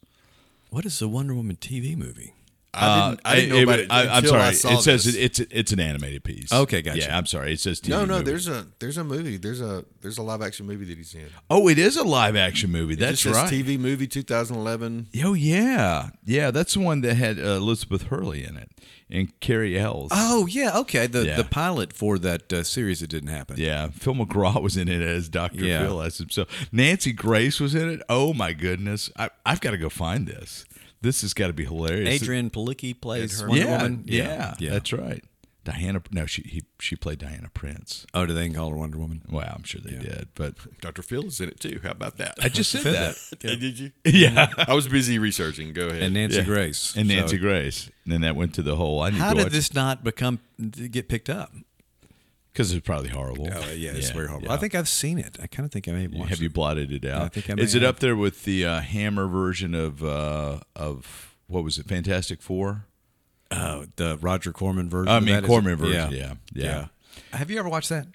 S3: What is the Wonder Woman TV movie?
S4: I didn't, I didn't know
S2: uh, it-
S4: about
S2: it-
S4: it.
S2: I, am
S4: until
S2: sorry.
S4: I saw
S2: it says
S4: this.
S2: it, it's it's an animated piece.
S3: Okay, gotcha.
S2: Yeah, I'm sorry. It says TV
S4: No, no.
S2: movie.
S4: There's a there's a movie. There's a there's a live action movie that he's in.
S2: Oh, it is a live action movie.
S4: It
S2: That's
S4: says
S2: right.
S4: TV movie 2011.
S2: Oh yeah, yeah. That's the one that had uh, Elizabeth Hurley in it and Carrie Ells.
S3: Oh yeah, okay. The
S2: Yeah.
S3: the pilot for that uh, series that didn't happen.
S2: Yeah, Phil McGraw was in it as Doctor
S3: Yeah.
S2: Phil as himself. Nancy Grace was in it. Oh my goodness, I, I've got to go find this. This has got to be hilarious.
S3: Adrian Palicki plays
S4: Ed
S3: Wonder
S2: yeah,
S3: Woman.
S2: Yeah, that's right. Diana. No, she he, she played Diana Prince.
S3: Oh, do they call her Wonder Woman?
S2: Well, I'm sure they did, but
S4: Dr. Phil is in it too. How about that?
S2: I just said that.
S4: Did you?
S2: Yeah,
S4: I was busy researching. Go ahead.
S3: And Nancy
S2: Yeah.
S3: Grace.
S2: and
S3: So-
S2: Nancy Grace. And then that went to the whole. I need
S3: How
S2: to
S3: did
S2: watch-
S3: this not become get picked up?
S2: because it's probably horrible.
S3: Oh, yeah, it's very horrible.
S2: yeah.
S3: I think I've seen it. I kind of think I may have watched
S2: Have you blotted it out?
S3: I think I may
S2: Is it
S3: have.
S2: up there with the uh, Hammer version of uh, of what was it, Fantastic Four?
S3: it. Oh, the Roger Corman version.
S2: I
S3: of
S2: mean,
S3: that is-
S2: Corman version. Yeah, yeah.
S3: Have you ever watched that? Have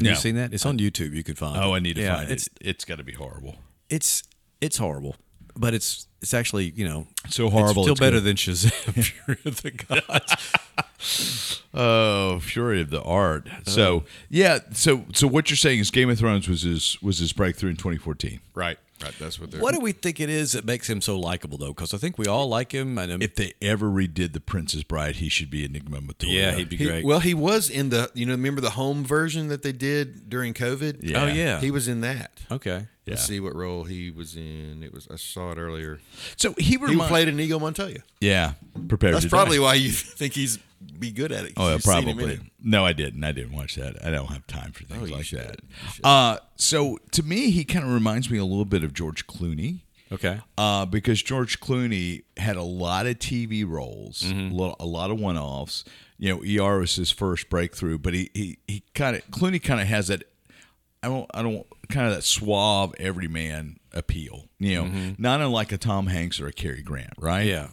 S2: No.
S3: you seen that? It's on YouTube. You could find.
S2: Oh,
S3: it.
S2: I need to
S3: Yeah,
S2: find
S3: it's,
S2: it. It's got to be horrible.
S3: It's it's horrible, but it's it's actually you know
S2: So horrible,
S3: It's still
S2: it's
S3: better
S2: good.
S3: than Shazam: Fury of the Gods.
S2: Oh, fury of the art.
S3: Uh,
S2: So yeah, so so what you're saying is Game of Thrones was his was his breakthrough in 2014.
S4: Right, right. That's what they're.
S3: what do we think it is that makes him so likable though? Because I think we all like him. And um,
S2: If they ever redid The Princess Bride, he should be Enigma Matoya.
S3: yeah, he'd be
S4: He-
S3: great.
S4: well, he was in the you know remember the home version that they did during COVID.
S2: Yeah.
S3: Oh, yeah.
S4: he was in that.
S3: okay.
S4: Let's
S2: Yeah.
S4: see what role he was in. It was I saw it earlier.
S2: So he,
S4: He
S2: remi-
S4: played Inigo Montoya.
S2: Yeah, prepared.
S4: That's
S2: to
S4: probably
S2: die.
S4: why you think he's be good at it. 'cause
S2: Oh, yeah,
S4: you've seen him in
S2: probably.
S4: it.
S2: No, I didn't. I didn't watch that. I don't have time for things
S4: you
S2: like
S4: should.
S2: that. Uh, so to me, he kind of reminds me a little bit of George Clooney.
S3: Okay.
S2: uh, because George Clooney had a lot of TV roles,
S4: Mm-hmm.
S2: a, lot, a lot of one-offs. You know, ER was his first breakthrough, but he he, he kind of Clooney kind of has that. I don't I don't kind of that suave everyman appeal. You know,
S4: Mm-hmm.
S2: not unlike a Tom Hanks or a Cary Grant, right?
S3: Yeah.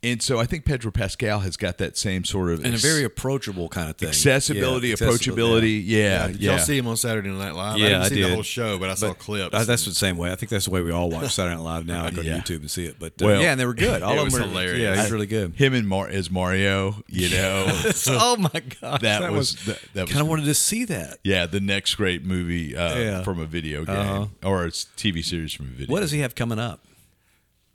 S2: And so I think Pedro Pascal has got that same sort of
S3: And a very approachable kind of thing.
S2: accessibility,
S3: Yeah,
S2: approachability. Yeah,
S4: Did
S2: yeah.
S4: y'all see him on Saturday Night Live?
S3: Uh, Yeah,
S4: I didn't
S3: I
S4: see the
S3: did.
S4: whole show, but I saw clips.
S3: Uh, that's the same way. I think that's the way we all watch Saturday Night Live now. I go
S2: Yeah.
S3: to YouTube and see it. But uh,
S2: Well-
S3: yeah, and they were good. All
S4: It
S3: of
S4: was
S3: them were
S4: hilarious.
S3: Yeah, he's really good.
S2: him and Mar as Mario. You know,
S3: oh my gosh,
S2: That was- that- that was
S3: kind
S2: good.
S3: of wanted to see that.
S2: Yeah, the next great movie uh,
S3: Yeah. Uh-huh.
S2: from a video game or a TV series from a video.
S3: What does he have coming up?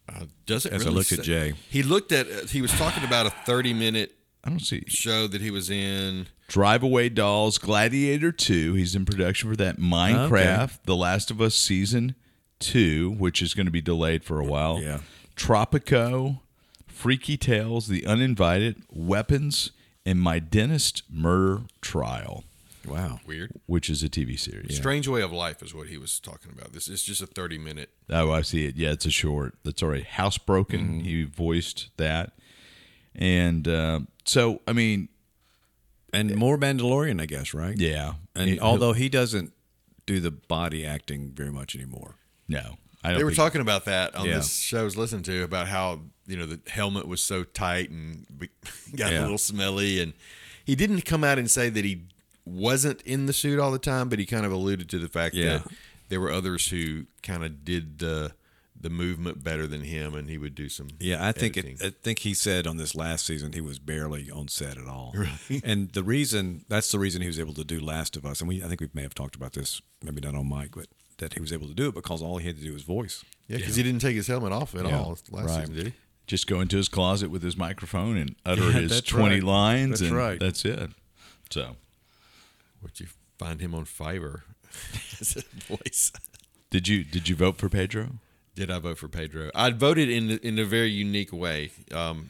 S4: Uh, doesn't
S3: As I
S4: really
S3: looked at
S4: say-
S3: Jay.
S4: He looked at. Uh, he was talking about a thirty-minute
S2: I don't see
S4: show that he was in.
S2: Drive Away Dolls, Gladiator Two. He's in production for that. Minecraft, The Last of Us season two, which is going to be delayed for a while.
S3: Yeah.
S2: Tropico, Freaky Tales, The Uninvited, Weapons, and My Dentist Murder Trial,
S3: Wow.
S4: Weird.
S2: which is a TV series.
S4: Strange Way of Life is what he was talking about. This is just a thirty-minute.
S2: Oh, I see it. Yeah, it's a short. That's already housebroken. He voiced that, and uh, so I mean,
S3: And more Mandalorian, I guess, right?
S2: yeah.
S3: And
S2: He-
S3: although he doesn't do the body acting very much anymore.
S2: no, I don't.
S4: They were
S2: think-
S4: talking about that on
S3: Yeah.
S4: this show I was listening to about how you know the helmet was so tight and be- got a
S3: Yeah.
S4: little smelly, and he didn't come out and say that he wasn't in the suit all the time, but he kind of alluded to the fact
S3: Yeah.
S4: that there were others who kind of did the the movement better than him, and he would do some.
S3: Yeah, I think
S4: editing.
S3: it, I think he said on this last season he was barely on set at all. And the reason that's the reason he was able to do Last of Us, and we I think we may have talked about this, maybe not on mic, but that he was able to do it because all he had to do was voice.
S4: Yeah, because he didn't take his helmet off at all last season, did he?
S2: just go into his closet with his microphone and utter
S3: Yeah,
S2: his
S3: that's
S2: twenty
S3: right.
S2: lines,
S3: That's
S2: and
S3: right.
S2: that's it. So,
S4: Would you find him on Fiverr as a voice?
S2: did you did you vote for Pedro?
S4: Did I vote for Pedro? I voted in in a very unique way. Um,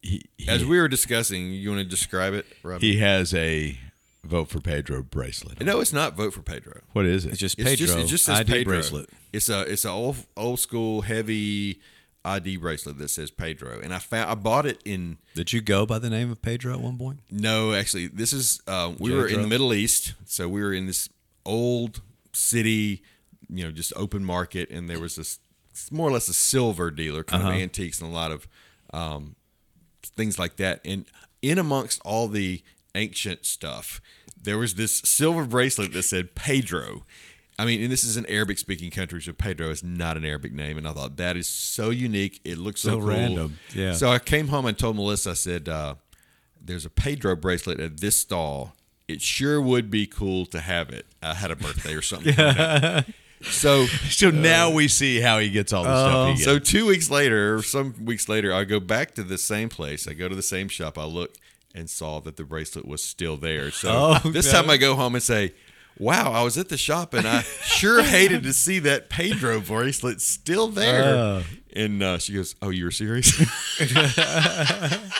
S2: He he,
S4: as we were discussing, you want to describe it, Rob?
S2: he has a vote for Pedro bracelet.
S4: no, it's not vote for Pedro.
S2: What is it?
S3: It's just
S4: It's
S3: Pedro
S4: just it just says
S3: ID
S4: Pedro.
S3: bracelet.
S4: It's a it's a old old school heavy ID bracelet that says Pedro, and I found I bought it in
S3: Did you go by the name of Pedro at one point?
S4: No, actually, this is uh, we were in
S3: Jethro?
S4: the Middle East, so we were in this old city, you know, just open market, and there was this more or less a silver dealer, kind
S2: Uh-huh.
S4: of antiques and a lot of um, things like that. And in amongst all the ancient stuff, there was this silver bracelet that said Pedro. I mean, and this is an Arabic speaking country, so Pedro is not an Arabic name. And I thought that is so unique. It looks so,
S3: So
S4: cool.
S3: random, yeah.
S4: So I came home and told Melissa, I said, uh, there's a Pedro bracelet at this stall. It sure would be cool to have it. I had a birthday or something. So
S2: so now we see how he gets all the stuff. He gets.
S4: oh, so two weeks later, or some weeks later, I go back to the same place. I go to the same shop. I look and saw that the bracelet was still there. So
S3: Oh,
S4: this
S3: no.
S4: time I go home and say, "Wow, I was at the shop and I sure hated to see that Pedro bracelet still there."
S2: Oh.
S4: and uh, she goes, "Oh, you were serious?"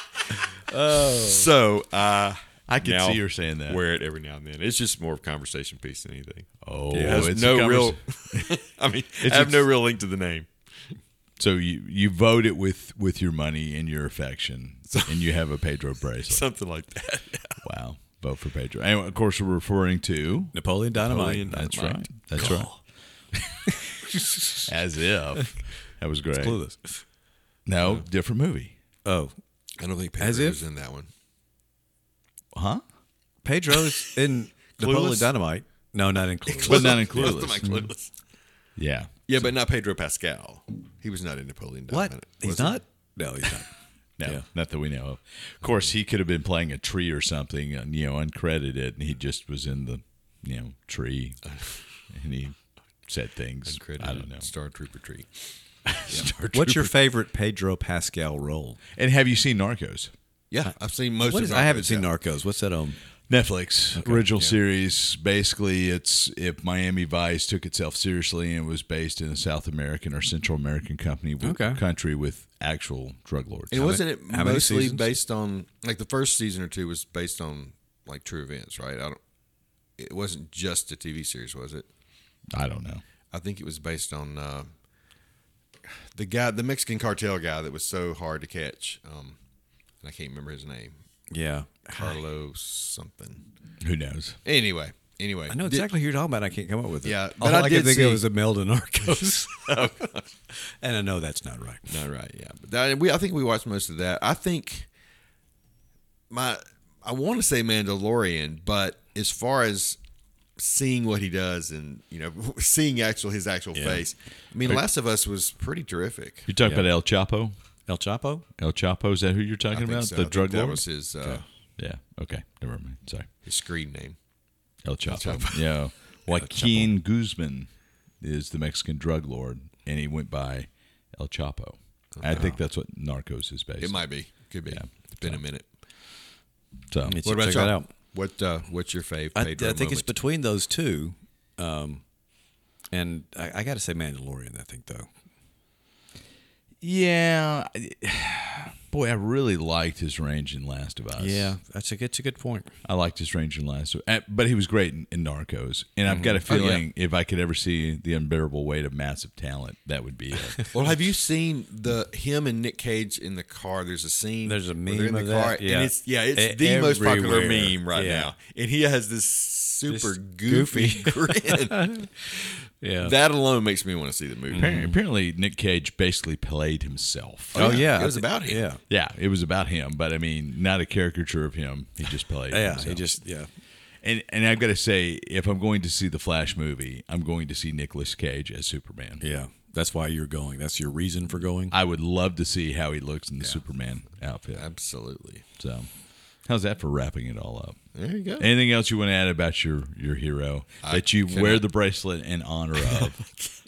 S4: oh, so uh,
S2: I can
S4: now
S2: see her saying that.
S4: Wear it every now and then. It's just more of a conversation piece than anything.
S2: oh,
S4: It has
S2: it's a
S4: no
S2: convers-
S4: real. I mean, I have
S2: it's-
S4: no real link to the name.
S2: So you you vote it with with your money and your affection, and you have a Pedro bracelet.
S4: Something like that.
S2: Wow. Vote for Pedro. And of course, we're referring to.
S3: Napoleon Dynamite.
S4: Napoleon
S2: That's
S4: Dynamite.
S2: right. That's right. As if. That was great.
S3: Clueless.
S2: No, different movie.
S3: Oh,
S4: I don't think
S3: As
S4: Pedro's
S3: if-
S4: in that one.
S2: Huh?
S3: Pedro's in Napoleon
S4: Clueless?
S3: Dynamite. No, not in Clueless.
S2: But not in
S4: Most of my
S2: Clueless.
S4: Clueless.
S2: Yeah.
S4: Yeah, but not Pedro Pascal. He was not in Napoleon Dynamite.
S3: what?
S4: was
S3: He's
S4: he?
S3: not. No, he's not.
S2: No,
S3: Yeah.
S2: not that we know of. Of course, he could have been playing a tree or something, and, you know, uncredited, and he just was in the, you know, tree, and he said things. I don't know.
S4: Star Trooper tree.
S2: Star
S3: What's your
S2: Trooper.
S3: favorite Pedro Pascal role?
S2: And have you seen Narcos?
S4: Yeah, I've seen most
S3: What
S4: of
S3: is?
S4: Narcos,
S3: I haven't seen
S4: yeah.
S3: Narcos. What's that um, on?
S2: Netflix original series. Basically, it's if Miami Vice took itself seriously and was based in a South American or Central American company with,
S3: Okay.
S2: country with actual drug lords.
S4: And wasn't it
S3: how many
S4: mostly
S3: seasons?
S4: based on like the first season or two was based on like true events, right? I don't. It wasn't just a TV series, was it?
S2: I don't know.
S4: I think it was based on uh, the guy, the Mexican cartel guy that was so hard to catch. Um, and I can't remember his name,
S3: Yeah,
S4: Carlos something.
S2: Who knows?
S4: Anyway, anyway,
S3: I know exactly who you're talking about. and I can't come up with it.
S4: Yeah,
S3: but
S4: but
S3: all I,
S4: I
S3: can
S4: did
S3: think
S4: see- Oh,
S3: of is Imelda Narcos, and I know that's not right.
S4: Not right, yeah. But that, we, I think we watched most of that. I think my, I want to say Mandalorian, but as far as seeing what he does and you know seeing actual his actual face, I mean, Last of Us was pretty terrific.
S2: You're talking about El Chapo.
S3: El Chapo.
S2: El Chapo is that who you're
S4: I
S2: talking
S4: think
S2: about?
S4: so. I
S2: The
S4: think
S2: drug
S4: that
S2: lord.
S4: was his uh,
S2: yeah. Okay. Never mind. Sorry.
S4: his screen name.
S2: El Chapo. Yeah. Joaquin Guzman is the Mexican drug lord, and he went by El Chapo. I think that's what Narcos is based.
S4: It might be, could be. It's been a minute.
S2: So
S3: What about check that
S4: y'all?
S3: out.
S4: What uh, what's your fave?
S3: I, I
S4: Pedro
S3: think it's
S4: moment?
S3: between those two, um, and I, I got to say Mandalorian. I think though.
S2: Yeah. Boy, I really liked his range in Last of Us.
S3: Yeah, that's a it's a good point.
S2: I liked his range in Last of Us. But he was great in, in Narcos. And I've got a feeling if I could ever see the unbearable weight of massive talent, that would be it.
S4: Well, have you seen the him and Nick Cage in the car? There's a scene.
S3: There's a
S4: where they're
S3: meme
S4: in the
S3: of that, yeah.
S4: and it's yeah,
S3: E-
S4: it's the most popular
S3: everywhere,
S4: meme right
S3: yeah.
S4: now. And he has this super
S3: Just
S4: goofy, grin.
S3: Yeah. Mm-hmm.
S4: that alone makes me want to see the movie.
S2: apparently, apparently, Nick Cage basically played himself.
S3: oh
S4: yeah,
S3: yeah,
S4: it
S3: I
S4: was
S3: thi-
S4: about him.
S3: Yeah,
S2: Yeah, it was about him, but I mean, not a caricature of him. He just played.
S3: yeah. He
S2: himself.
S3: just yeah.
S2: And and I've got to say, if I'm going to see the Flash movie, I'm going to see Nicolas Cage as Superman.
S3: Yeah, that's why you're going. That's your reason for going.
S2: I would love to see how he looks in the Superman outfit.
S4: Absolutely.
S2: So, how's that for wrapping it all up?
S4: There you go.
S2: Anything else you want to add about your your hero that you wear the bracelet in honor of?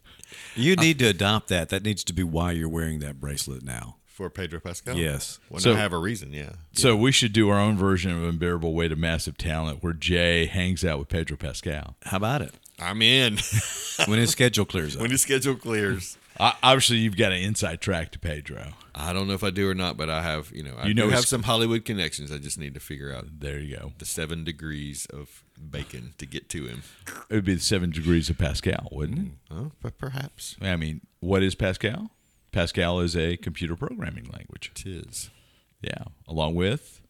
S3: You need to adopt that. That needs to be why you're wearing that bracelet now.
S4: For Pedro Pascal.
S3: Yes.
S4: Well,
S2: So-
S4: I have a reason. Yeah.
S2: So we should do our own version of unbearable weight of massive talent, where Jay hangs out with Pedro Pascal.
S3: How about it?
S4: I'm in
S3: When his schedule clears up.
S4: when his schedule clears.
S2: I, obviously, you've got an inside track to Pedro.
S4: I don't know if I do or not, but I have you know I
S2: You know
S4: do have
S2: his-
S4: some Hollywood connections. I just need to figure out
S2: There you go.
S4: the seven degrees of bacon to get to him.
S2: It would be the seven degrees of Pascal, wouldn't it?
S4: Oh, but perhaps
S2: I mean, what is Pascal? Pascal is a computer programming language.
S4: tis.
S2: Yeah, along with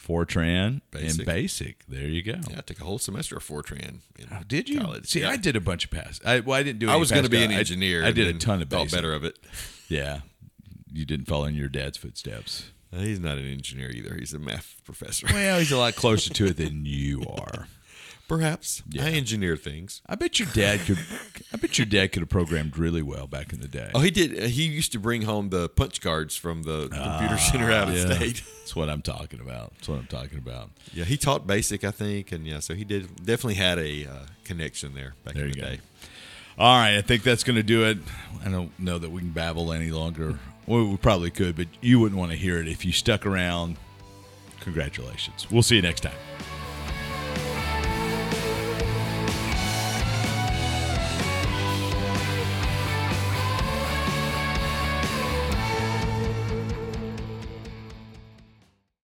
S2: Fortran
S4: Basic.
S2: and Basic. There you go.
S4: Yeah, I took a whole semester of Fortran. In
S2: Oh, did you?
S4: College.
S2: See,
S4: Yeah.
S2: I did a bunch of pass. I, well, I didn't do.
S4: Ah, I
S2: any
S4: was going to be
S2: Pascal.
S4: an
S2: I-
S4: engineer.
S2: I, did a
S4: and
S2: ton of
S4: thought
S2: Basic.
S4: better of it.
S2: Yeah, you didn't follow in your dad's footsteps.
S4: Uh, He's not an engineer either. He's a math professor.
S2: Well, he's a lot closer to it than you are.
S4: Perhaps I engineer things.
S2: I bet your dad could. I bet your dad could have programmed really well back in the day.
S4: Oh, he did. uh, He used to bring home the punch cards from the computer center out of state.
S2: That's what I'm talking about. That's what I'm talking about.
S4: Yeah, he taught basic, I think, and yeah, so he did definitely had a uh, connection there back
S2: There
S4: in
S2: you
S4: the
S2: go.
S4: day.
S2: All right, I think that's going to do it. I don't know that we can babble any longer. Well, we probably could, but you wouldn't want to hear it if you stuck around. Congratulations. We'll see you next time.